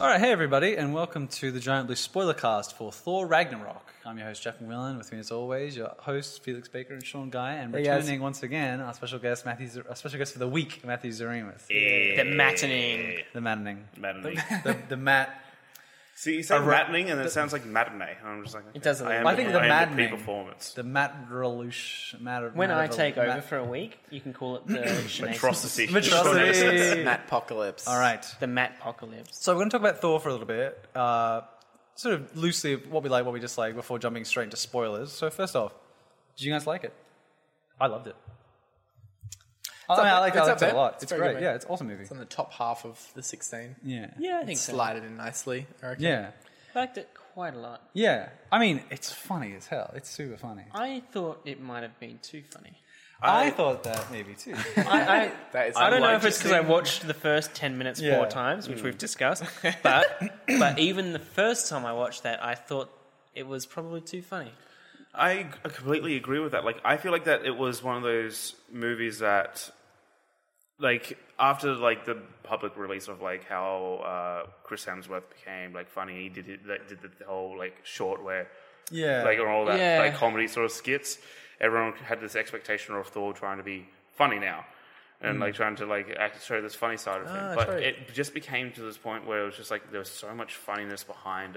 All right, hey everybody, and welcome to the Giant Blue spoiler cast for Thor Ragnarok. I'm your host Jeff McMillan. With me, as always, your hosts Felix Baker and Sean Guy, and Hey, guys. returning once again, our special guest Matthew, Z- our special guest for the week, Matthew Zaremus, The matining. the maddening, Matinee. the, the Matt. See, you said Arou- matinee, and it sounds like matinee. And I'm just like, it doesn't. I, am I think the, the I am the matinee- P performance. The Matt Relush, Matt. When Matt- I take Matt- over for a week, you can call it the Renaissance- Atrocity. Matrosity. Matpocalypse. All right. the Matpocalypse. So we're going to talk about Thor for a little bit, uh, sort of loosely what we like, what we dislike, before jumping straight into spoilers. So first off, did you guys like it? I loved it. I, mean, I liked, I it's up liked it a there. lot. It's, It's very great. good, yeah, mate. it's an awesome movie. It's on the top half of the 16. Yeah. Yeah, I think so. Slide it in nicely, I reckon. Yeah. I liked it quite a lot. Yeah. I mean, it's funny as hell. It's super funny. I thought it might have been too funny. I, thought that maybe too. I, I, That is I don't know if unlikely. it's because I watched the first ten minutes Yeah. four times, which we've discussed. But but even the first time I watched that, I thought it was probably too funny. I g- completely agree with that. Like, I feel like that it was one of those movies that, like, after like the public release of like how uh, Chris Hemsworth became like funny, he did it, like, did the whole like short where yeah. like on all that Yeah. like comedy sort of skits. Everyone had this expectation of Thor trying to be funny now, and like Hmm. trying to like act, show this funny side of him. Ah, that's but right. it just became to this point where it was just like there was so much funniness behind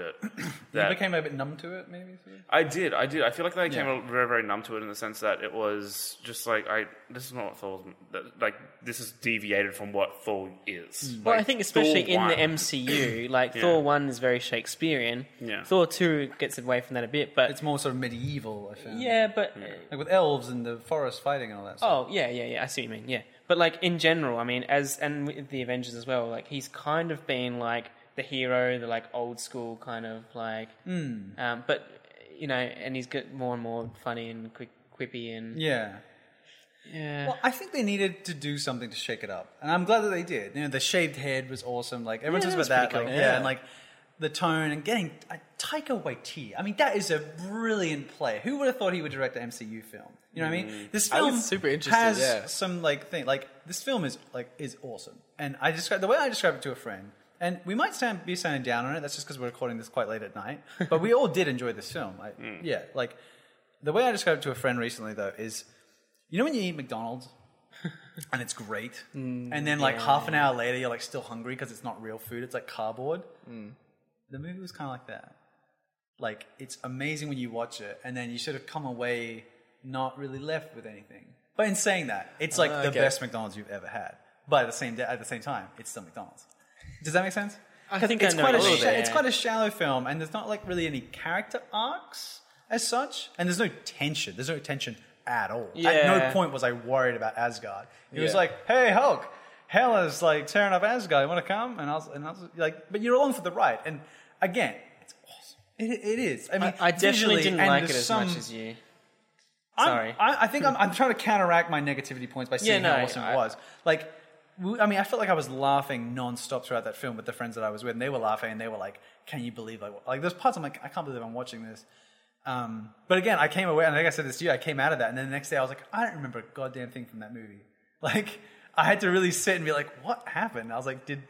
it you that became a bit numb to it, maybe. Sort of? I did, I did. I feel like I came very, very numb to it in the sense that it was just like I. This is not what Thor's that- like. This is deviated from what Thor is. Hmm. Well, Like, I think especially in Thor the won. MCU, like Thor one is very Shakespearean. Yeah. Thor two gets away from that a bit, but It's more sort of medieval, I found. yeah, but Like with elves and the forest fighting and all that stuff. Oh yeah, yeah, yeah. I see what you mean. Yeah, but like in general, I mean, as and with the Avengers as well. Like he's kind of been like the hero, the like old school kind of like. Hmm. Um, but you know, and he's got more and more funny and quick, quippy and Yeah. yeah. Well, I think they needed to do something to shake it up, and I'm glad that they did. You know, the shaved head was awesome. Like everyone talks Yeah, that about was that, pretty like cool. yeah, Yeah. and like the tone and getting uh, Taika Waititi. I mean, that is a brilliant play. Who would have thought he would direct an MCU film? You know what I Mm. mean? This I was film super interested, has yeah. some like thing. Like this film is like is awesome, and I describe the way I described it to a friend. And we might stand, be sounding down on it. That's just because we're recording this quite late at night. But we all did enjoy this film. Like, Mm. Yeah, like the way I described it to a friend recently though is, you know, when you eat McDonald's and it's great. and then like half an hour later, you're like still hungry because it's not real food; it's like cardboard. The movie was kind of like that. Like it's amazing when you watch it, and then you sort of come away not really left with anything. But in saying that, it's like Ah, the okay. best McDonald's you've ever had. But at the same at the same time, it's still McDonald's. Does that make sense? I think it's I know quite a a, little sha- bit. it's quite a shallow film, and there's not like really any character arcs as such, and there's no tension. There's no tension at all. At no Yeah. point was I worried about Asgard. It was Yeah. like, hey Hulk, Hela's like tearing up Asgard. You want to come? And I was, and I was like, but you're along for the ride. And again, it's awesome. It, it is. I mean, I, I definitely visually, didn't and like it there's as some- much as you. I'm- Sorry. I, I think I'm, I'm trying to counteract my negativity points by seeing no, how awesome it I- was. Like, w- I mean, I felt like I was laughing nonstop throughout that film with the friends that I was with, and they were laughing, and they were like, "Can you believe?" Like, like there's parts I'm like, "I can't believe I'm watching this." Um, but again, I came away, and like I said this to you, I came out of that, and then the next day I was like, "I don't remember a goddamn thing from that movie." Like, I had to really sit and be like, "What happened?" I was like, "Did."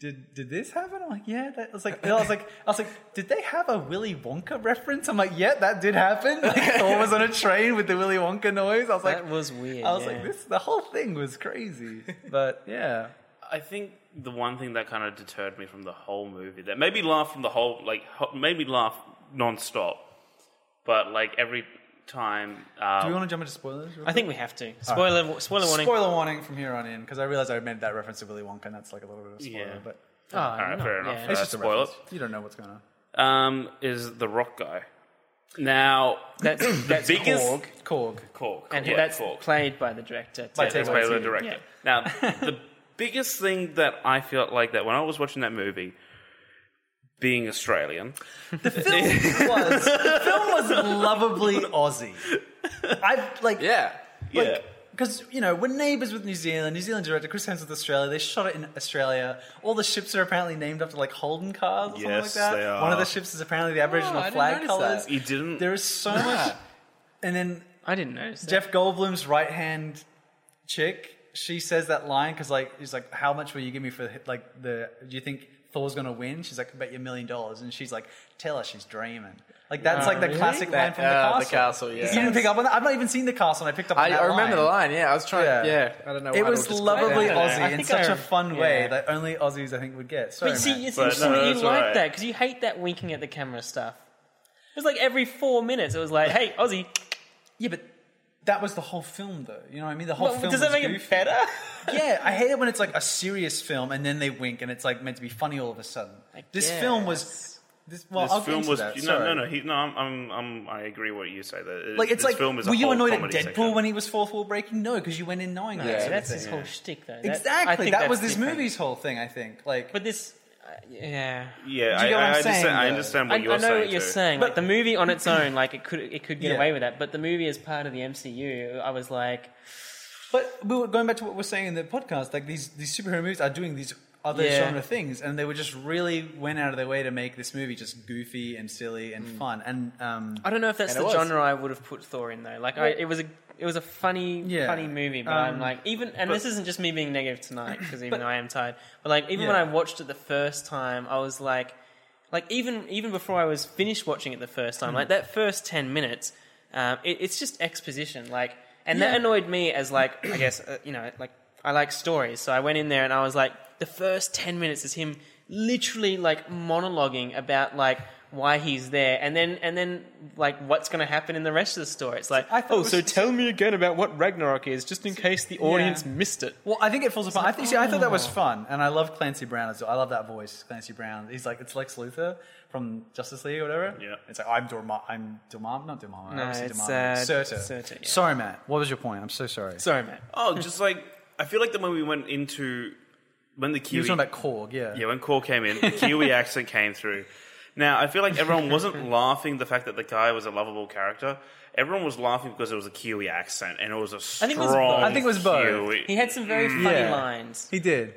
Did, did this happen? I'm like, yeah. That I was like, I was like, I was like, did they have a Willy Wonka reference? I'm like, yeah, that did happen. Like, Thor was on a train with the Willy Wonka noise. I was like, That was weird. I was yeah. like, this the whole thing was crazy. But yeah. I think the one thing that kind of deterred me from the whole movie that made me laugh from the whole like ho- made me laugh non-stop. but like every Do time. we Um, want to jump into spoilers? real I think we have to spoiler spoiler quick? warning. spoiler warning from here on in because I realized I made that reference to Willy Wonka and that's like a little bit of a spoiler, Yeah. but Oh, all right, no, fair enough. yeah. Uh, it's just a spoil it. reference. You don't know what's going on. Um, is the rock guy now? That's, that's biggest- Korg, Korg. Cork, and yeah, that's Cork. played by the director. By Taika Taika By the Waititi. director. Yeah. Now, the biggest thing that I felt like that when I was watching that movie, being Australian, film was the film was lovably Aussie. I like Yeah. Yeah. like because you know we're neighbours with New Zealand. New Zealand director Chris Hemsworth Australia. They shot it in Australia. All the ships are apparently named after like Holden cars or something like Yes, that. they are. One of the ships is apparently the Aboriginal Oh, I didn't flag notice colours. that. you didn't. There is so much, and then I didn't notice. that. Jeff Goldblum's right hand chick she says that line because like he's like, "How much will you give me for like the? Do you think Thor's gonna win?" She's like, "Bet you a million dollars," and she's like, "Tell her she's dreaming." Like that's like the Oh, really? classic line That- from uh, the the castle. castle, You yeah. didn't pick up on that. I've not even seen the castle, and I picked up. on I, that I remember the line. Yeah, I was trying. Yeah. Yeah, I don't know. It why I was just- lovably Yeah. I Aussie in think such I- a fun way yeah. that only Aussies I think would get. Sorry, But see, Matt. it's But no, interesting that you that's like alright. that because you hate that winking at the camera stuff. It was like every four minutes, it was like, "Hey, Aussie." yeah, but that was the whole film, though. You know what I mean? The whole Well, film. does that was make goofy. it better? yeah, I hate it when it's like a serious film and then they wink and it's like meant to be funny all of a sudden. this film was. This, well, This I'll film get was into that. no, sorry. no, no. He, no, I'm, I'm, I'm, I agree with what you say. That it- Like it's this like, film is a were you whole annoyed at comedy Deadpool section. when he was fourth wall breaking? No, because you went in knowing that. Yeah, sort of that's thing. his whole shtick, though. That- I exactly. think That that's was this different. movie's whole thing. I think. Like, But this, uh, yeah. Do Yeah, I, you get what I, I'm understand, saying, I though? understand I, what I you're know saying. what you're too. saying. Like the movie on its own, like it could it could get Yeah. away with that. But the movie as part of the MCU, I was like, But we were going back to what we're saying in the podcast. Like these these superhero movies are doing these other Yeah. genre things, and they were just really went out of their way to make this movie just goofy and silly Mm. and fun. And um, I don't know if that's And it the was. genre I would have put Thor in though. Like I, it was a it was a funny Yeah. funny movie, but Um, I'm like even and this isn't just me being negative tonight because even But- I am tired. But like even when Yeah. I watched it the first time, I was like like even even before I was finished watching it the first time, like that first ten minutes, um, it, it's just exposition. Like, and Yeah. that annoyed me as like I guess uh, you know like I like stories, so I went in there and I was like, the first ten minutes is him literally like monologuing about like why he's there, and then and then like what's going to happen in the rest of the story. It's like, I thought it oh, was- so tell me again about what Ragnarok is, just in case the audience missed it. well, I think it falls apart. I think see, I thought that Oh. was fun, and I love Clancy Brown as well. I love that voice, Clancy Brown. He's like it's Lex Luthor from Justice League or whatever. Yeah. it's like I'm Dormammu. I'm Dormammu, not Dormammu. No, obviously it's, Dormammu. uh, Surtur. Surtur, yeah. Sorry, Matt. What was your point? I'm so sorry. Sorry, man. Oh, just like I feel like the when we went into when the you were Kiwi talking about Korg, yeah. yeah when Core came in, the Kiwi accent came through. Now I feel like everyone wasn't laughing the fact that the guy was a lovable character. Everyone was laughing because it was a Kiwi accent and it was a strong. think it was both. I think it was both. Kiwi- He had some very funny Yeah. lines. He did.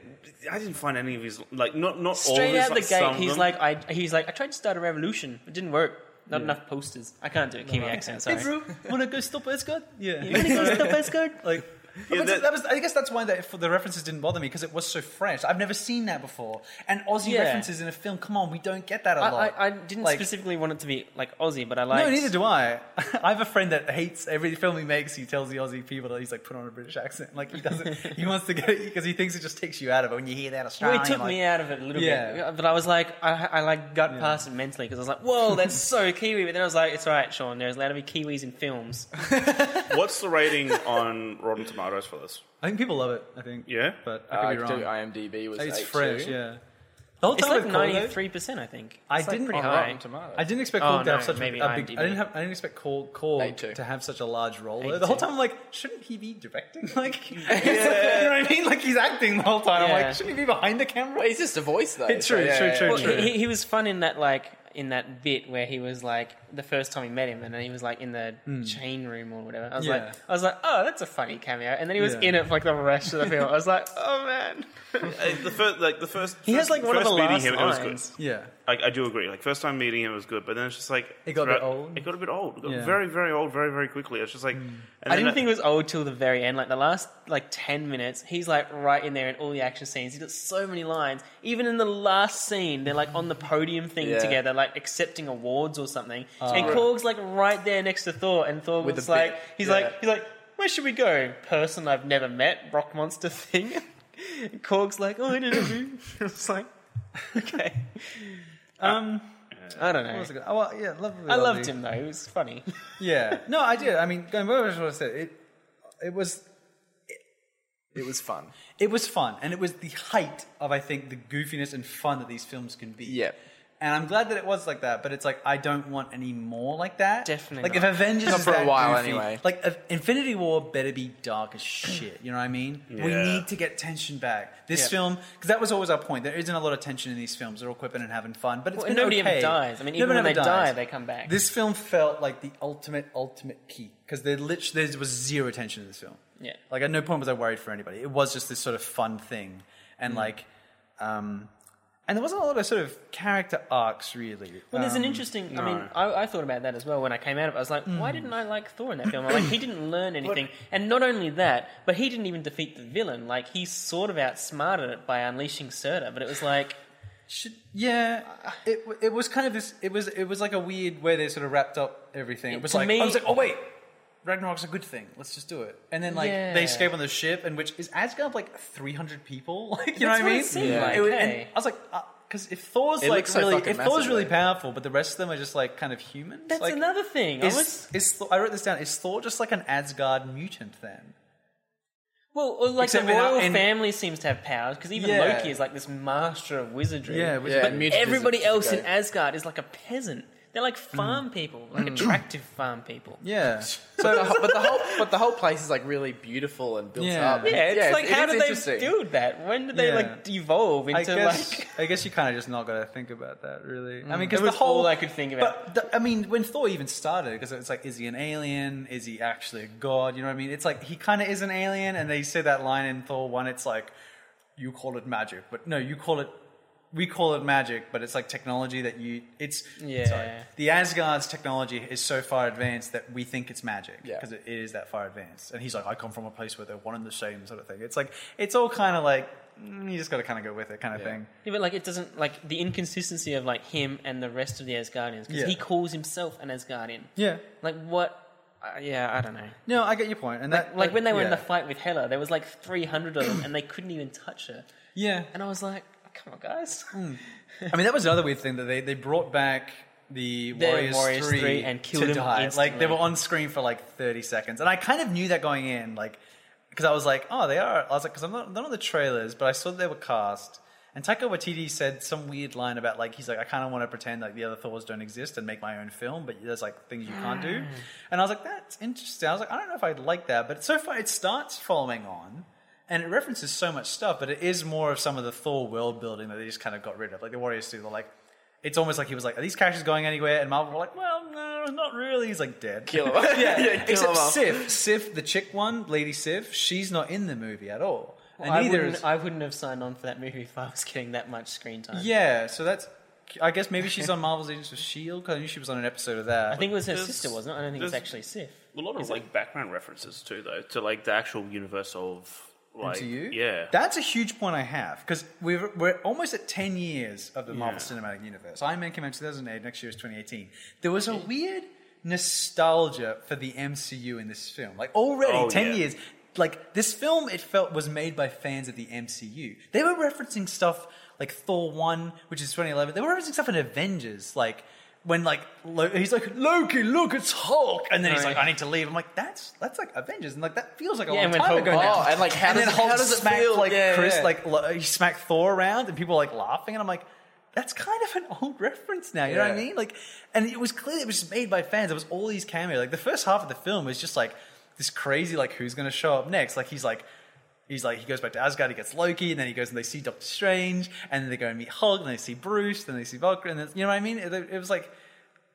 I didn't find any of his like not not all of straight his, out the like, some gate, of he's them. like, I, he's like, I tried to start a revolution, it didn't work. Not enough posters. I can't do a Kiwi accent. Sorry. Hey, bro, wanna go stop Asgard? Yeah. You wanna go stop Asgard? Like, Yeah, but that- that was, I guess that's why the, for the references didn't bother me because it was so fresh. I've never seen that before. And Aussie Yeah. references in a film, come on, we don't get that a I, lot. I, I didn't Like- specifically want it to be like Aussie, but I like. No, neither do I. I have a friend that hates every film he makes. He tells the Aussie people that he's like put on a British accent. Like he doesn't. he wants to get it because he thinks it just takes you out of it when you hear that Australian. Well, it took like, me out of it a little Yeah. bit, but I was like, I, I like got past it mentally because I was like, "Whoa, that's so Kiwi!" But then I was like, "It's all right, Sean. There's allowed to be Kiwis in films." what's the rating on Rotten Tomatoes for this? I think people love it. I think. Yeah? but Uh, I could be actually, wrong. IMDb was it's 8.2. fresh. Yeah. The whole It's time like with Korg, though, ninety three percent, I think. I It's, like, didn't- pretty on high. Rotten Tomatoes. I didn't expect Oh, Korg to no, have such a, maybe a big. IMDb. I didn't have. I didn't expect Korg, Me Korg too. to have such a large role. though. The Me whole too. time, I'm like, shouldn't he be directing? Like, you know what I mean? Like he's acting the whole time. I'm Yeah. like, shouldn't he be behind the camera? But he's just a voice though. Hey, so true, yeah, true, yeah, true, yeah. Well, he, he- he was fun in that like in that bit where he was like the first time he met him, and then he was like in the chain room or whatever. I was Hmm. Yeah. like, I was like, oh, that's a funny cameo, and then he was Yeah. in it for like the rest of the film. I was like, oh man, Uh, the first, like the first, he has like one of the meeting last him, it was lines. Yeah. good. I, I do agree. Like first time meeting him was good, but then it's just like It got a bit throughout- old. It got a bit old. It got Yeah. very, very old, very, very quickly. It's just like and Hmm. I didn't think it was old till the very end. Like the last like ten minutes, he's like right in there in all the action scenes. He's got so many lines. Even in the last scene, they're like on the podium thing Yeah. together, like accepting awards or something. Oh. and Korg's like right there next to Thor, and Thor With was the like, bit, he's yeah. like, he's like, where should we go? Person I've never met, rock monster thing. And Korg's like, oh, I don't know. I was like, okay, um, I don't Uh, That was a know. good- oh, well, yeah, lovely, I lovely. loved him though. It was funny. Yeah. No, I did. I mean, going back to what I said, it it was It was fun. it was fun, and it was the height of I think the goofiness and fun that these films can be. Yep. And I'm glad that it was like that, but it's like I don't want any more like that. Definitely Like not. if Avengers Not is for a that while, goofy, anyway. Like if Infinity War better be dark as shit. You know what I mean? We Yeah. need to get tension back. This Yeah. film, because that was always our point. There isn't a lot of tension in these films. They're all quipping and having fun, but it's Well, been nobody okay. ever dies. I mean, even Nobody when they ever die, dies. they come back. This film felt like the ultimate, ultimate peak because there literally there was zero tension in this film. Yeah. Like Mm. at no point was I worried for anybody. It was just this sort of fun thing, and like, um, and there wasn't a lot of sort of character arcs really. Well, there's an Um, interesting. I mean, I, I thought about that as well when I came out of it. I was like, why didn't I like Thor in that film? Like, he didn't learn anything, and not only that, but he didn't even defeat the villain. Like, he sort of outsmarted it by unleashing Surtur. But it was like, Should, yeah, it w- it was kind of this. It was it was like a weird way they sort of wrapped up everything. It was To like me- I was like, oh wait, Ragnarok's a good thing. Let's just do it. And then like Yeah. they escape on the ship, and which is Asgard like three hundred people. Like you That's know what, what I it mean? seemed Yeah. like, It was- and hey. I was like, because if Thor's It like looks so really, fucking if Thor's massive, really though. powerful, but the rest of them are just like kind of humans. that's like, another thing. I Is, was is Thor, I wrote this down? Is Thor just like an Asgard mutant then? well, or like the Except in our- royal in- family seems to have powers because even Yeah. Loki is like this master of wizardry. Yeah, which Yeah, but- and mutant is Everybody just a else in goat. Asgard is like a peasant. They're like farm people, like attractive farm people. yeah. But the, So whole- but the whole but the whole place is like really beautiful and built Yeah. up. Yeah, Yeah, it's it- like it how is did they interesting. build that? When did they Yeah. like evolve into I guess, like? Mm. I guess you kind of just not got to think about that, really. I mean, because It the was whole all I could think about. But the, I mean, when Thor even started, because it's like, is he an alien? Is he actually a god? You know what I mean? It's like he kind of is an alien, and they say that line in Thor one. It's like, you call it magic, but no, you call it. We call it magic, but it's like technology that you. It's Yeah. sorry. the Asgard's technology is so far advanced that we think it's magic Yeah. because it is that far advanced. And he's like, I come from a place where they're one and the same sort of thing. It's like it's all kind of like mm, you just got to kind of go with it, kind of thing. Yeah, but like it doesn't like the inconsistency of like him and the rest of the Asgardians because Yeah. he calls himself an Asgardian. Yeah. Like what? Uh, yeah, I don't know. No, I get your point. And that, Like when they were in yeah. the fight with Hela, there was like three hundred of them, and they couldn't even touch her. yeah. And I was like, come on, guys. I mean, that was another weird thing that they, they brought back the The Warriors, Warriors 3, three and killed to him die. Like instantly. they were on screen for like 30 seconds, and I kind of knew that going in, like because I was like, oh, they are. I was like, because I'm not, none of the trailers, but I saw that they were cast. And Taika Waititi said some weird line about like he's like I kind of want to pretend like the other Thors don't exist and make my own film, but there's like things you can't do. And I was like, that's interesting. I was like, I don't know if I'd like that, but so far it starts following on. And it references so much stuff, but it is more of some of the Thor world building that they just kind of got rid of. Like the Warriors 2, they're like, it's almost like he was like, are these characters going anywhere? And Marvel were like, well, no, not really. He's like dead. Kill 'em. Yeah, kill 'em Except off. Sif, Sif, the chick one, Lady Sif, she's not in the movie at all. And I neither wouldn't, is. I wouldn't have signed on for that movie if I was getting that much screen time. Yeah, so that's. I guess maybe she's on Marvel's Agents of S.H.I.E.L.D. because I E knew she was on an episode of that. I think it was her There's- sister, wasn't it? I don't think it's there's- actually Sif. A lot of like background references too, though, to like the actual universe of like to you. yeah, that's a huge point I have because we're we're almost at ten years of the Marvel Yeah. Cinematic Universe. Iron Man came out in 2008. Next year is 2018. There was a weird nostalgia for the MCU in this film. Like already Oh, ten yeah. years. Like this film, it felt was made by fans of the MCU. They were referencing stuff like Thor one, which is 2011. They were referencing stuff in Avengers, like. When like Lo- he's like Loki, look it's Hulk, and then Oh, he's Right. like I need to leave. I'm like that's that's like Avengers, and like that feels like a Yeah, long and when time Hulk- ago Oh, now. and like how And does then it, how Hulk does it smacked feel? like Yeah, Chris, yeah. like lo- he smacked Thor around, and people were, like laughing, and I'm like, that's kind of an old reference now. You know what I Yeah. mean? Like, and it was clear it was just made by fans. There was all these cameos. Like the first half of the film was just like this crazy, like who's going to show up next? Like he's like. He's like, he goes back to Asgard, he gets Loki, and then he goes and they see Doctor Strange, and then they go and meet Hulk, and they see Bruce, then they see Valkyrie, and then, you know what I mean? It, it was like,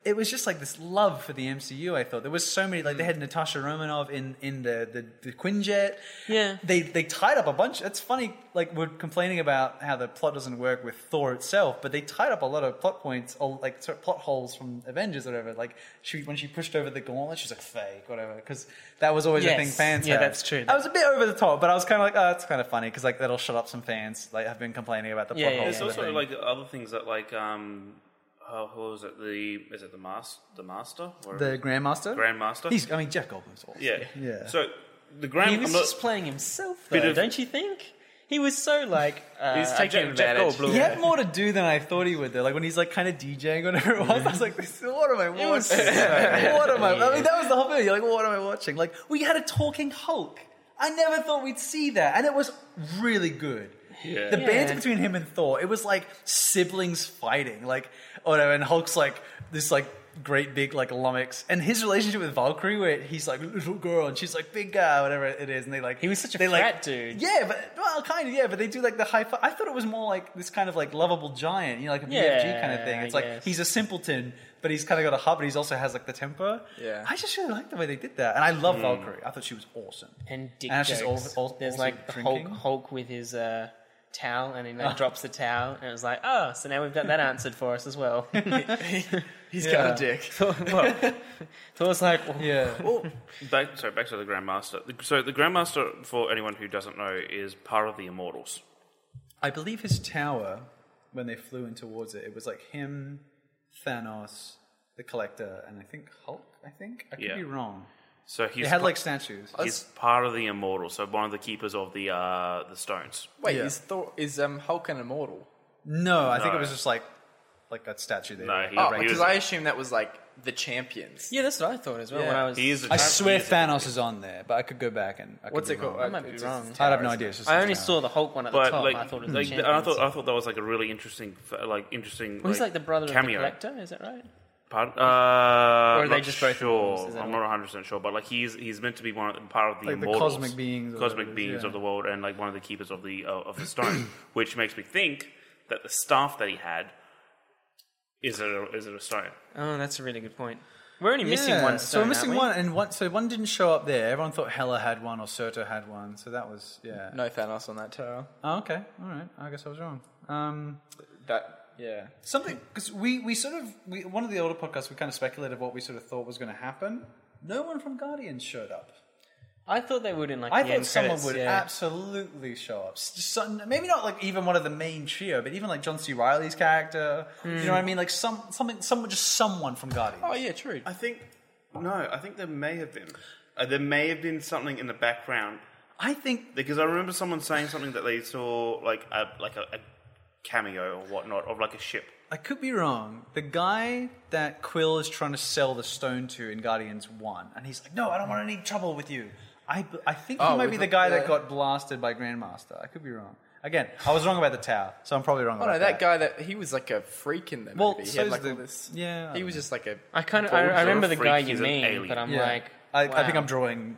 it was just like this love for the MCU. I thought there was so many like Mm. they had Natasha Romanov in in the the, the Quinjet. Yeah. they they tied up a bunch. It's funny like we're complaining about how the plot doesn't work with Thor itself, but they tied up a lot of plot points or like sort of plot holes from Avengers or whatever. Like she when she pushed over the gauntlet, she's like fake whatever because that was always a Yes. thing fans. Yeah, had. that's true. I was a bit over the top, but I was kind of like, oh, it's kind of funny because like that'll shut up some fans like have been complaining about the Yeah, plot yeah, holes. There's in the also thing. like other things that like um, oh, who was it? The is it the mas the master? Or the Grandmaster. grandmaster. He's, I mean, Jeff Goldblum's awesome. yeah, yeah. So the grand. He was I'm not- just playing himself, though, Bit of- don't you think? He was so like uh, He's taking Jeff- Jeff advantage. Goldblum. He had more to do than I thought he would. Though, like when he's like kind of DJing, whatever it was, I was like, this, "What am I watching? was what am I?" I mean, that was the whole thing. You're like, "What am I watching?" Like we had a talking Hulk. I never thought we'd see that, and it was really good. Yeah. The Yeah. banter between him and Thor, it was like siblings fighting, like oh no, and Hulk's like this like great big like lummox, and his relationship with Valkyrie, where he's like little girl and she's like big guy, whatever it is, and they like He was such a they, frat dude. yeah, but well, kind of yeah, but they do like the high five. I thought it was more like this kind of like lovable giant, you know, like a BFG kind of Yeah, thing. It's I like guess. he's a simpleton, but he's kind of got a heart, but he's also has like the temper. Yeah. I just really like the way they did that, and I love Hmm. Valkyrie. I thought she was awesome. and dick And it's jokes. just all- all- There's also like the Hulk, drinking. Oh. Hulk with his uh, towel and he like drops the towel and it was like, oh, so now we've got that answered for us as well. He's Yeah. got a dick. Thor, well, Thor's like, well, Yeah. Back, sorry, back to the Grandmaster. The- So the Grandmaster, for anyone who doesn't know, is part of the Immortals. I believe his tower, when they flew in towards it, it was like him, Thanos, the Collector, and I think Hulk. I think I could Yeah. be wrong. So he's They had pa- like statues. he's part of the Immortals. So one of the keepers of the uh, the stones. Wait, Yeah. is Thor is um, Hulk an immortal? No, I think it was No. just like like a statue there. No, he- Oh, he because was- I assume that was like the champions. yeah, that's what I thought as well when Yeah. I was. He is. a I giant- swear he is a- Thanos is on there, but I could go back and I could What's be it called? wrong. I might be It's wrong. just I have towers. no idea. It's just I his only tower. saw the Hulk one at the But top. like, I thought it was like the and I champions. thought I thought that was like a really interesting, f- like interesting. Well, he's like the brother of the cameo. collector, is that right? Pardon? Uh, or are they just both sure? immortals? Is that I'm all? not 100 percent sure, but like he's he's meant to be one of, part of the Like the immortals, cosmic beings or cosmic whatever it is, beings yeah. of the world, and like one of the keepers of the uh, of the stone, which makes me think that the staff that he had is it a, is it a stone? Oh, that's a really good point. We're only missing Yeah, one stone. So we're missing aren't we? one, and one. So one didn't show up there. Everyone thought Hela had one or Surtur had one. So that was yeah. No Thanos on that tower. Oh, okay, all right. I guess I was wrong. Um, That yeah. something because we we sort of we, one of the older podcasts we kind of speculated what we sort of thought was going to happen. No one from Guardians showed up. I thought they would in like I the thought end someone credits, would yeah. absolutely show up. S- just some- maybe not like even one of the main trio, but even like John C. Riley's character. Hmm. You know what I mean? Like some something someone just someone from Guardians. Oh yeah, true. I think no, I think there may have been uh, there may have been something in the background I think because I remember someone saying something that they saw like a like a, a cameo or whatnot of like a ship. I could be wrong. The guy that Quill is trying to sell the stone to in Guardians One, and he's like, "No, I don't want any trouble with you." I, I think he Oh, might with be the the- guy that yeah. got blasted by Grandmaster. I could be wrong. Again, I was wrong about the tower, so I'm probably wrong Oh about no, that guy that he was like a freak in the Well, movie. he so had is like the- all this. yeah, I he don't was just like a. I kind of I, I remember the Freak, guy you he's an mean, alien. but I'm Yeah. like, I, I think wow. Uh, I'm drawing.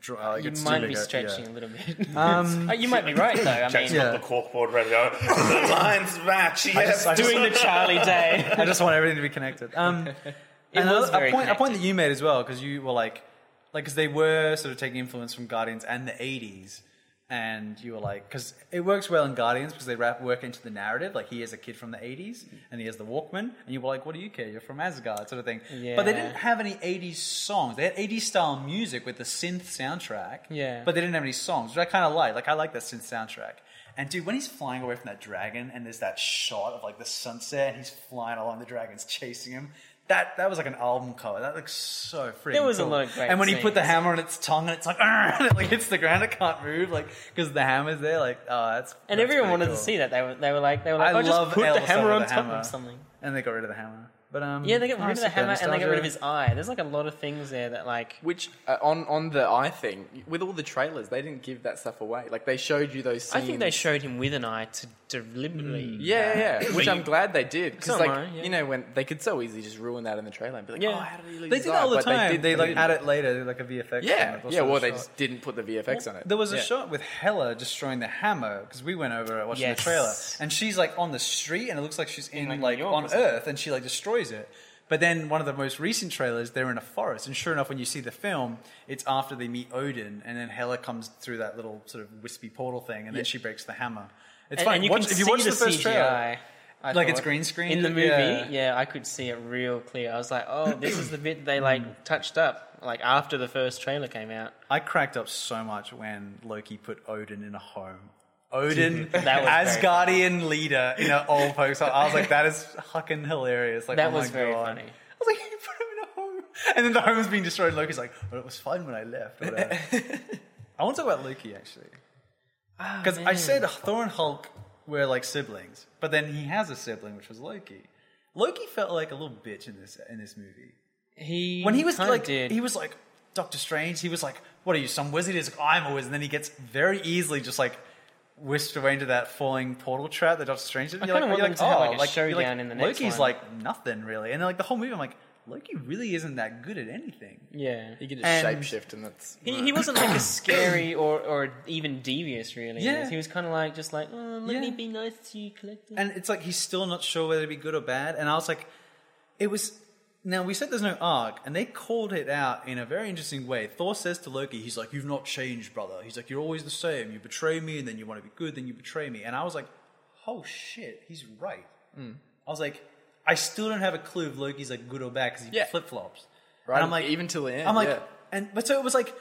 Draw, like You it's too might big be a- yeah. stretching a little bit. Um, Uh, you might be right though. I mean, Jack's got Yeah. the corkboard ready. to go, the lines match. Yes, I doing the Charlie Day. I just want everything to be connected. Um, and was a- very a point, a point connected. that you made as well, because you were like, like, because they were sort of taking influence from Guardians and the '80s, and you were like, because it works well in Guardians because they wrap work into the narrative. Like he is a kid from the '80s, and he has the Walkman, and you were like, what do you care? You're from Asgard, sort of thing. But they Yeah. didn't have any '80s songs. They had '80s style music with the synth soundtrack. Yeah. but they didn't have any songs, which I kind of like. Like I like that synth soundtrack. And dude, when he's flying away from that dragon, and there's that shot of like the sunset, and he's flying along, the dragon's chasing him. That that was like an album cover. That looks so freaking. There was a cool. lot of great And when he put the scenes. hammer on its tongue, and it's like, "Argh," and it like hits the ground, it can't move, like because the hammer's there. Like, oh, that's. And that's pretty everyone wanted cool. to see that. They were, they were like, they were like, I oh, love just put the Elsa hammer with on the top hammer. of something. And they got rid of the hammer. But um, Yeah, they got oh, rid of it's the just bad hammer and they got rid of his nostalgia. eye. There's like a lot of things there that like. Which uh, on on the eye thing with all the trailers, they didn't give that stuff away. Like they showed you those. Scenes. I think they showed him with an eye to deliberately. Yeah, yeah, yeah. Which I'm glad they did because, Some like, are, yeah. you know, when they could so easily just ruin that in the trailer and be like, Yeah. "Oh, how did he lose They his did that all eye?" the But time. They, did- like didn't. add it later, like a VFX. or Yeah, yeah. sort Well, of they shot. just didn't put the VFX on it. There was a Yeah. shot with Hella destroying the hammer because we went over it watching the Yes. trailer, and she's like on the street, and it looks like she's in, like, like New York on or something. Earth, and she like destroys it. But then one of the most recent trailers, they're in a forest, and sure enough, when you see the film, it's after they meet Odin, and then Hela comes through that little sort of wispy portal thing, and then she breaks the hammer. It's And, fine. and you watch, can if see you watch the, the, first CGI. trailer, I Like it's thought. green screened? in the movie. Yeah. Yeah. I could see it real clear. I was like, oh, this is the bit Mm. they like touched up, like after the first trailer came out. I cracked up so much when Loki put Odin in a home. Odin That was as very guardian leader in an old folks home. I was like, that is fucking hilarious. Like, That oh was my very God. funny. I was like, you put him in a home, and then the home's being destroyed. Loki's like, well, it was fun when I left. or whatever. I want to talk about Loki actually, because I man. said Thor and Hulk were like siblings, but then he has a sibling, which was Loki. Loki felt like a little bitch in this in this movie He when he was kinda like did. he was like Doctor Strange, he was like, "What are you, some wizard?" He's like, "I'm a wizard," and then he gets very easily just like whisked away into that falling portal trap that Doctor Strange did. I You're kinda like, want you're them like, to have, oh, like, a you're like, showdown in the next Loki's one. like nothing really, and then, like the whole movie, I'm like, Loki really isn't that good at anything. yeah. You could just And- shapeshift, and that's He, he wasn't like a scary or, or even devious really. in Yeah. this. He was kind of like just like oh, let Yeah. me be nice to you, collector. And it's like he's still not sure whether to be good or bad. And I was like, it was Now we said there's no arc, and they called it out in a very interesting way. Thor says to Loki, he's like, "You've not changed, brother." He's like, "You're always the same. You betray me, and then you want to be good, then you betray me." And I was like, "Oh shit, he's right." I was like, I still don't have a clue if Loki's like good or bad because he Yeah. flip flops. Right, And I'm like, even till the end, I'm like, yeah. and but so it was like,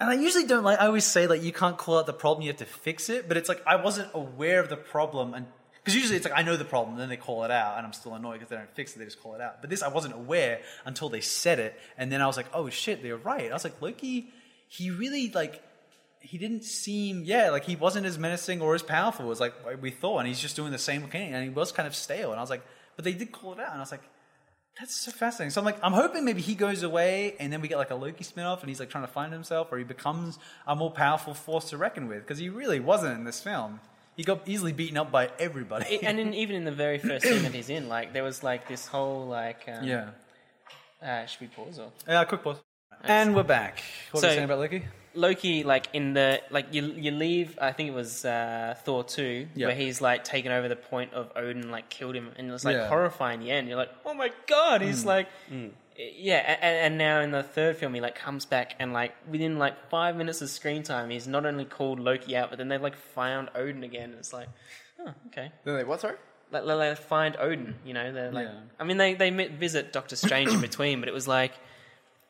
and I usually don't like. I always say like you can't call out the problem, you have to fix it. But it's like I wasn't aware of the problem, and because usually it's like I know the problem, then they call it out, and I'm still annoyed because they don't fix it. They just call it out. But this I wasn't aware until they said it, and then I was like, oh shit, they're right. I was like, Loki, he really like. He didn't seem, yeah, like he wasn't as menacing or as powerful as like we thought, and he's just doing the same thing, and he was kind of stale. And I was like, but they did call it out, and I was like, that's so fascinating. So I'm like, I'm hoping maybe he goes away and then we get like a Loki spin-off and he's like trying to find himself or he becomes a more powerful force to reckon with because he really wasn't in this film. He got easily beaten up by everybody. It- and in, even in the very first scene that he's in, like there was like this whole like um, yeah. Uh, should we pause or Uh, quick pause. And we're back. What were So- you saying about Loki? Loki, like in the like you you leave. I think it was uh, Thor two, Yeah. where he's like taken over the point of Odin, like killed him, and it was like Yeah. Mm. horrifying. in The end, you're like, oh my god, he's like, yeah. a- And, and now in the third film, he like comes back and like within like five minutes of screen time, he's not only called Loki out, but then they like found Odin again. It's like, oh okay, Then they what? Sorry. like like, they find Odin. You know, they're like. Yeah. I mean, they they mi- visit Doctor Strange in between, but it was like,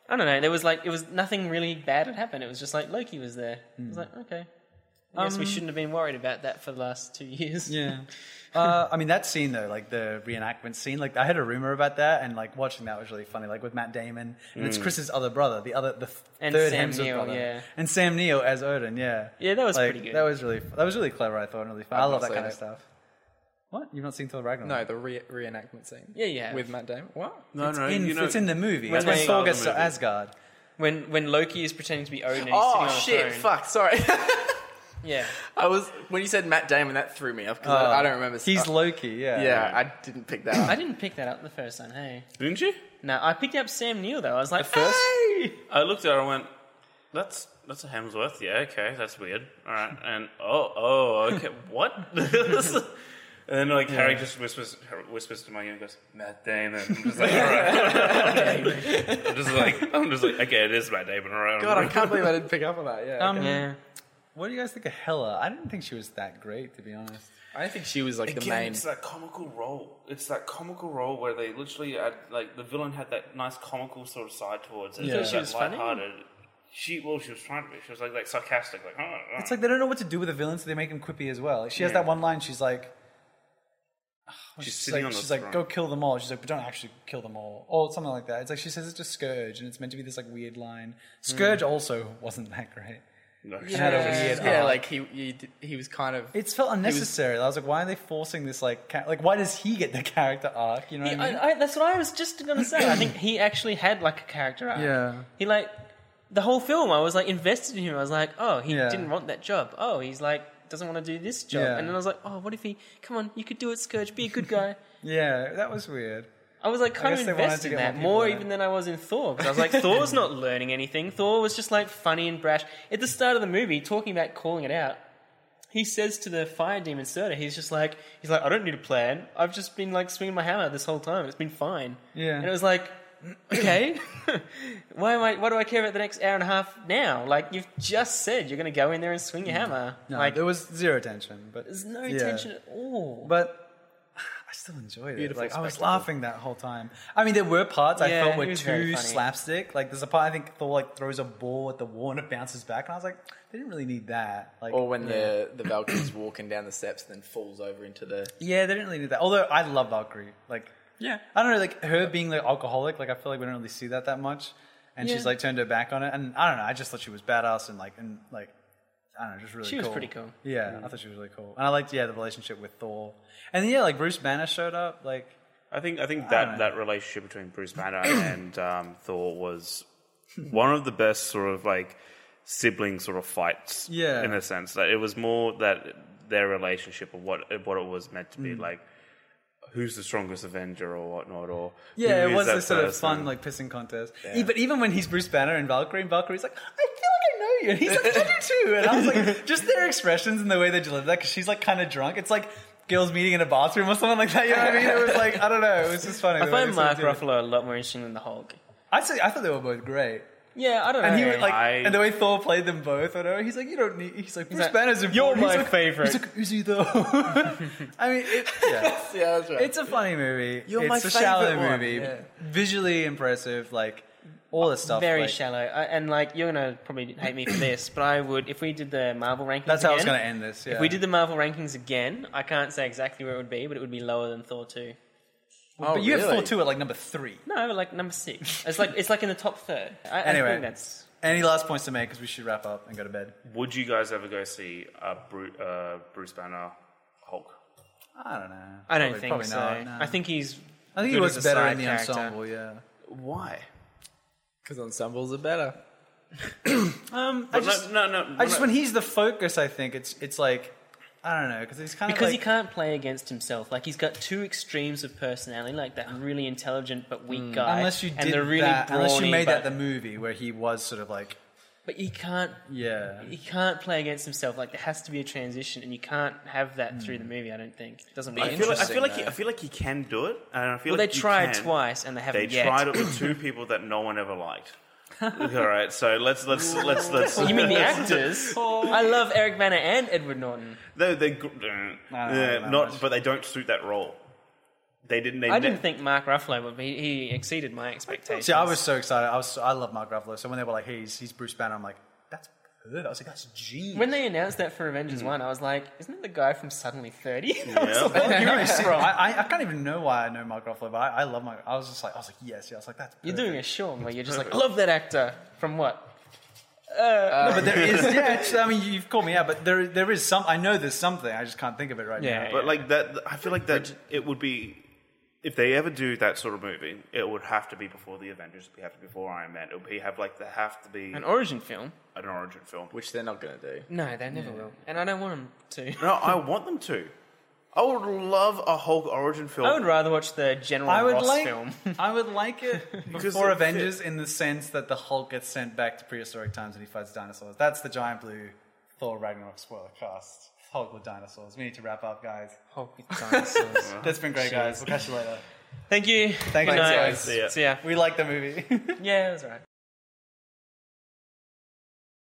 I don't know. There was like it was nothing really bad had happened. It was just like Loki was there. It Hmm. was like okay. I guess we shouldn't have been worried about that for the last two years. Um, Yeah. uh, I mean, that scene though, like the reenactment scene, like I had a rumor about that, and like watching that was really funny. Like with Matt Damon, and it's Chris's other brother, the other, the th- And third Sam Hemsworth Neill, brother, yeah. and Sam Neill as Odin. Yeah. Yeah, that was Like, pretty good. That was really that was really clever. I thought and really fun. i I've love not that seen kind of it. stuff. What you've not seen Thor Ragnarok? No, the re- reenactment scene. Yeah, yeah. With Matt Damon. What? No, it's, no, in, you know, it's in the movie. It's When when they- Thor gets the to movie. Asgard. When when Loki is pretending to be Odin, and he's Oh sitting on a shit! throne. Fuck. Sorry. Yeah, I was when you said Matt Damon, that threw me off because Uh, I, I don't remember. He's uh, Loki. Yeah. yeah, I didn't pick that I up. didn't pick that up the first time. Hey, Didn't you? no, I picked up Sam Neill though. I was like, first- "Hey!" I looked at her and went, "That's that's a Hemsworth. Yeah, okay, that's weird. All right, and oh, oh, okay, what?" and then like Harry just whispers whispers to my ear and goes, "Matt Damon." I'm just like, "All right." I'm just like, I'm just like, okay, it is Matt Damon. All right. God, I can't believe I didn't pick up on that. Yeah. Um, "Ah!" Yeah, What do you guys think of Hella? I didn't think she was that great, to be honest. I think she was like the Again, main. it's that comical role. It's that comical role where they literally had, like the villain had that nice comical sort of side towards it. Yeah. It was She that was funny. lighthearted. She well, she was trying to be. She was like like sarcastic, like. Oh, It's like they don't know what to do with a villain, so they make him quippy as well. Like, she has Yeah. that one line. She's like, she's she's sitting like, on the she's like, throne. go kill them all. She's like, but don't actually kill them all, or something like that. It's like she says it's just scourge, and it's meant to be this like weird line. Scourge also wasn't that great. No, It had a weird yeah, arc. like he, he d- he was kind of. oh. It's felt unnecessary. I was like, why are they forcing this? Like, ca- like, why does he get the character arc? You know what Yeah, I mean? I, I, that's what I was just gonna say. I think he actually had like a character arc. Yeah. He like the whole film. I was like invested in him. I was like, oh, he Yeah. didn't want that job. Oh, he's like doesn't want to do this job. Yeah. And then I was like, oh, what if he? Come on, you could do it, Scourge. Be a good guy. yeah, that was weird. I was like kind guess of they wanted to invested in get more that people more in. even than I was in Thor because I was like, Thor's not learning anything. Thor was just like funny and brash. At the start of the movie, talking about calling it out, he says to the fire demon Surtur, he's just like, he's like, I don't need a plan. I've just been like swinging my hammer this whole time. It's been fine. Yeah. and it was like. okay, why am I? Why do I care about the next hour and a half now? Like you've just said, you're going to go in there and swing your hammer. Mm. No, like there was zero tension, but there's no yeah. tension at all. But I still enjoyed it. Beautiful like, I was spectacle. laughing that whole time. I mean, there were parts I Yeah, felt it were was very too funny. slapstick. Like, there's a part I think Thor like throws a ball at the wall and it bounces back, and I was like, they didn't really need that. Like, Or when the the Valkyrie's walking down the steps and then falls over into the. yeah, they didn't really need that. Although I love Valkyrie. Like, Yeah. I don't know, like her being like alcoholic, like I feel like we don't really see that that much. And she's Yeah. like turned her back on it, and I don't know. I just thought she was badass and like and like I don't know, just really. She cool. was pretty cool. Mm. Yeah, I thought she was really cool, and I liked yeah the relationship with Thor, and yeah like Bruce Banner showed up like I think I think know. that, that relationship between Bruce Banner and um, Thor was one of the best sort of like sibling sort of fights. Yeah. in a sense that it was more that their relationship of what what it was meant to be Mm. like. Who's the strongest Avenger or whatnot? Or yeah who it is was that this sort of person? fun like pissing contest. E- But even when he's Bruce Banner and Valkyrie, and Valkyrie's like I feel like I know you, and he's like I do too, and I was like just their expressions and the way they delivered that because she's like kind of drunk. It's like. girls meeting in a bathroom or something like that. You know what I mean? It was like I don't know. It was just funny. I the way find they sort of Mark did it. Ruffalo a lot more interesting than the Hulk. I say, I thought they were both great. Yeah, I don't know. And he was like, I- and the way Thor played them both, I know he's like, you don't need. He's like, Bruce like, Banner's important. "You're He's my like- favorite." He's like, is he though? I mean, it, yeah. yeah, that's right. it's a funny movie. it's You're my a shallow favorite one, movie, yeah. visually impressive, like all this stuff. very like, shallow. I, and like you're gonna probably hate me for this, but I would if we did the Marvel rankings. That's how I was again, going to end this. Yeah. If we did the Marvel rankings again, I can't say exactly where it would be, but it would be lower than Thor two. oh, but you have Thor really? two at like number three. No, but, like number six. It's like it's like in the top third. I, I Anyway. think that's Any last points to make? Because we should wrap up and go to bed. Would you guys ever go see uh, Bruce, uh, Bruce Banner Hulk? I don't know. I don't Probably- think probably so. not, no. I think he's I think he good was as a better side in the character. ensemble. Yeah. Why? Because ensembles are better. Um, I But just, no, no, no, I just no. when he's the focus, I think it's it's like I don't know because he's kind Because of he like, can't play against himself. Like he's got two extremes of personality, like that really intelligent but weak guy, unless you and did the really that, unless you brawny, made that but, the movie where he was sort of like but he can't. yeah. He can't play against himself. Like there has to be a transition, and you can't have that through the movie. I don't think it doesn't work. I feel like I feel like he, Interesting, I feel like he can do it, and I feel well, like they you tried can. twice, and they haven't They yet. tried it with two people that no one ever liked. All right, so let's let's let's let's. you mean the actors? Oh. I love Eric Banner and Edward Norton. They they gr- no, uh, no, not, no. but they don't suit that role. They didn't. They I ne- didn't think Mark Ruffalo would be. He exceeded my expectations. See, I was so excited. I was so, I love Mark Ruffalo. So when they were like, "Hey, he's, he's Bruce Banner," I'm like, "That's good." I was like, "That's genius." when they announced that for Avengers One, I was like, "Isn't it the guy from Suddenly 30? I was Mm. Yeah. like, You really see- I, I, I can't even know why I know Mark Ruffalo, but I, I love Mark. I was just like, I was like, yes, yeah. I was like, that's. You're perfect. doing a Sean where you're just like, I love that actor from what? Uh, No, but there is. Yeah, it's- I mean, you've called me out, but there, there is some. I know there's something. I just can't think of it right Yeah. now. But like that, I feel like that it would be if they ever do that sort of movie, it would have to be before the Avengers, it'd have to be before Iron Man, it would be have like there have to be An an, origin film? origin film. Which they're not going to do. No, they never will. And I don't want them to. No, I want them to. I would love a Hulk origin film. I would rather watch the General I would Ross like. film. I would like it before it fit. Avengers in the sense that the Hulk gets sent back to prehistoric times and he fights dinosaurs. That's the giant blue Thor Ragnarok spoiler cast. Hulk with dinosaurs. We need to wrap up, guys. Hulk with dinosaurs. That's been great, guys. We'll catch you later. Thank you. Thank you, Good night. guys. See ya. See ya. We like the movie. Yeah, it was alright.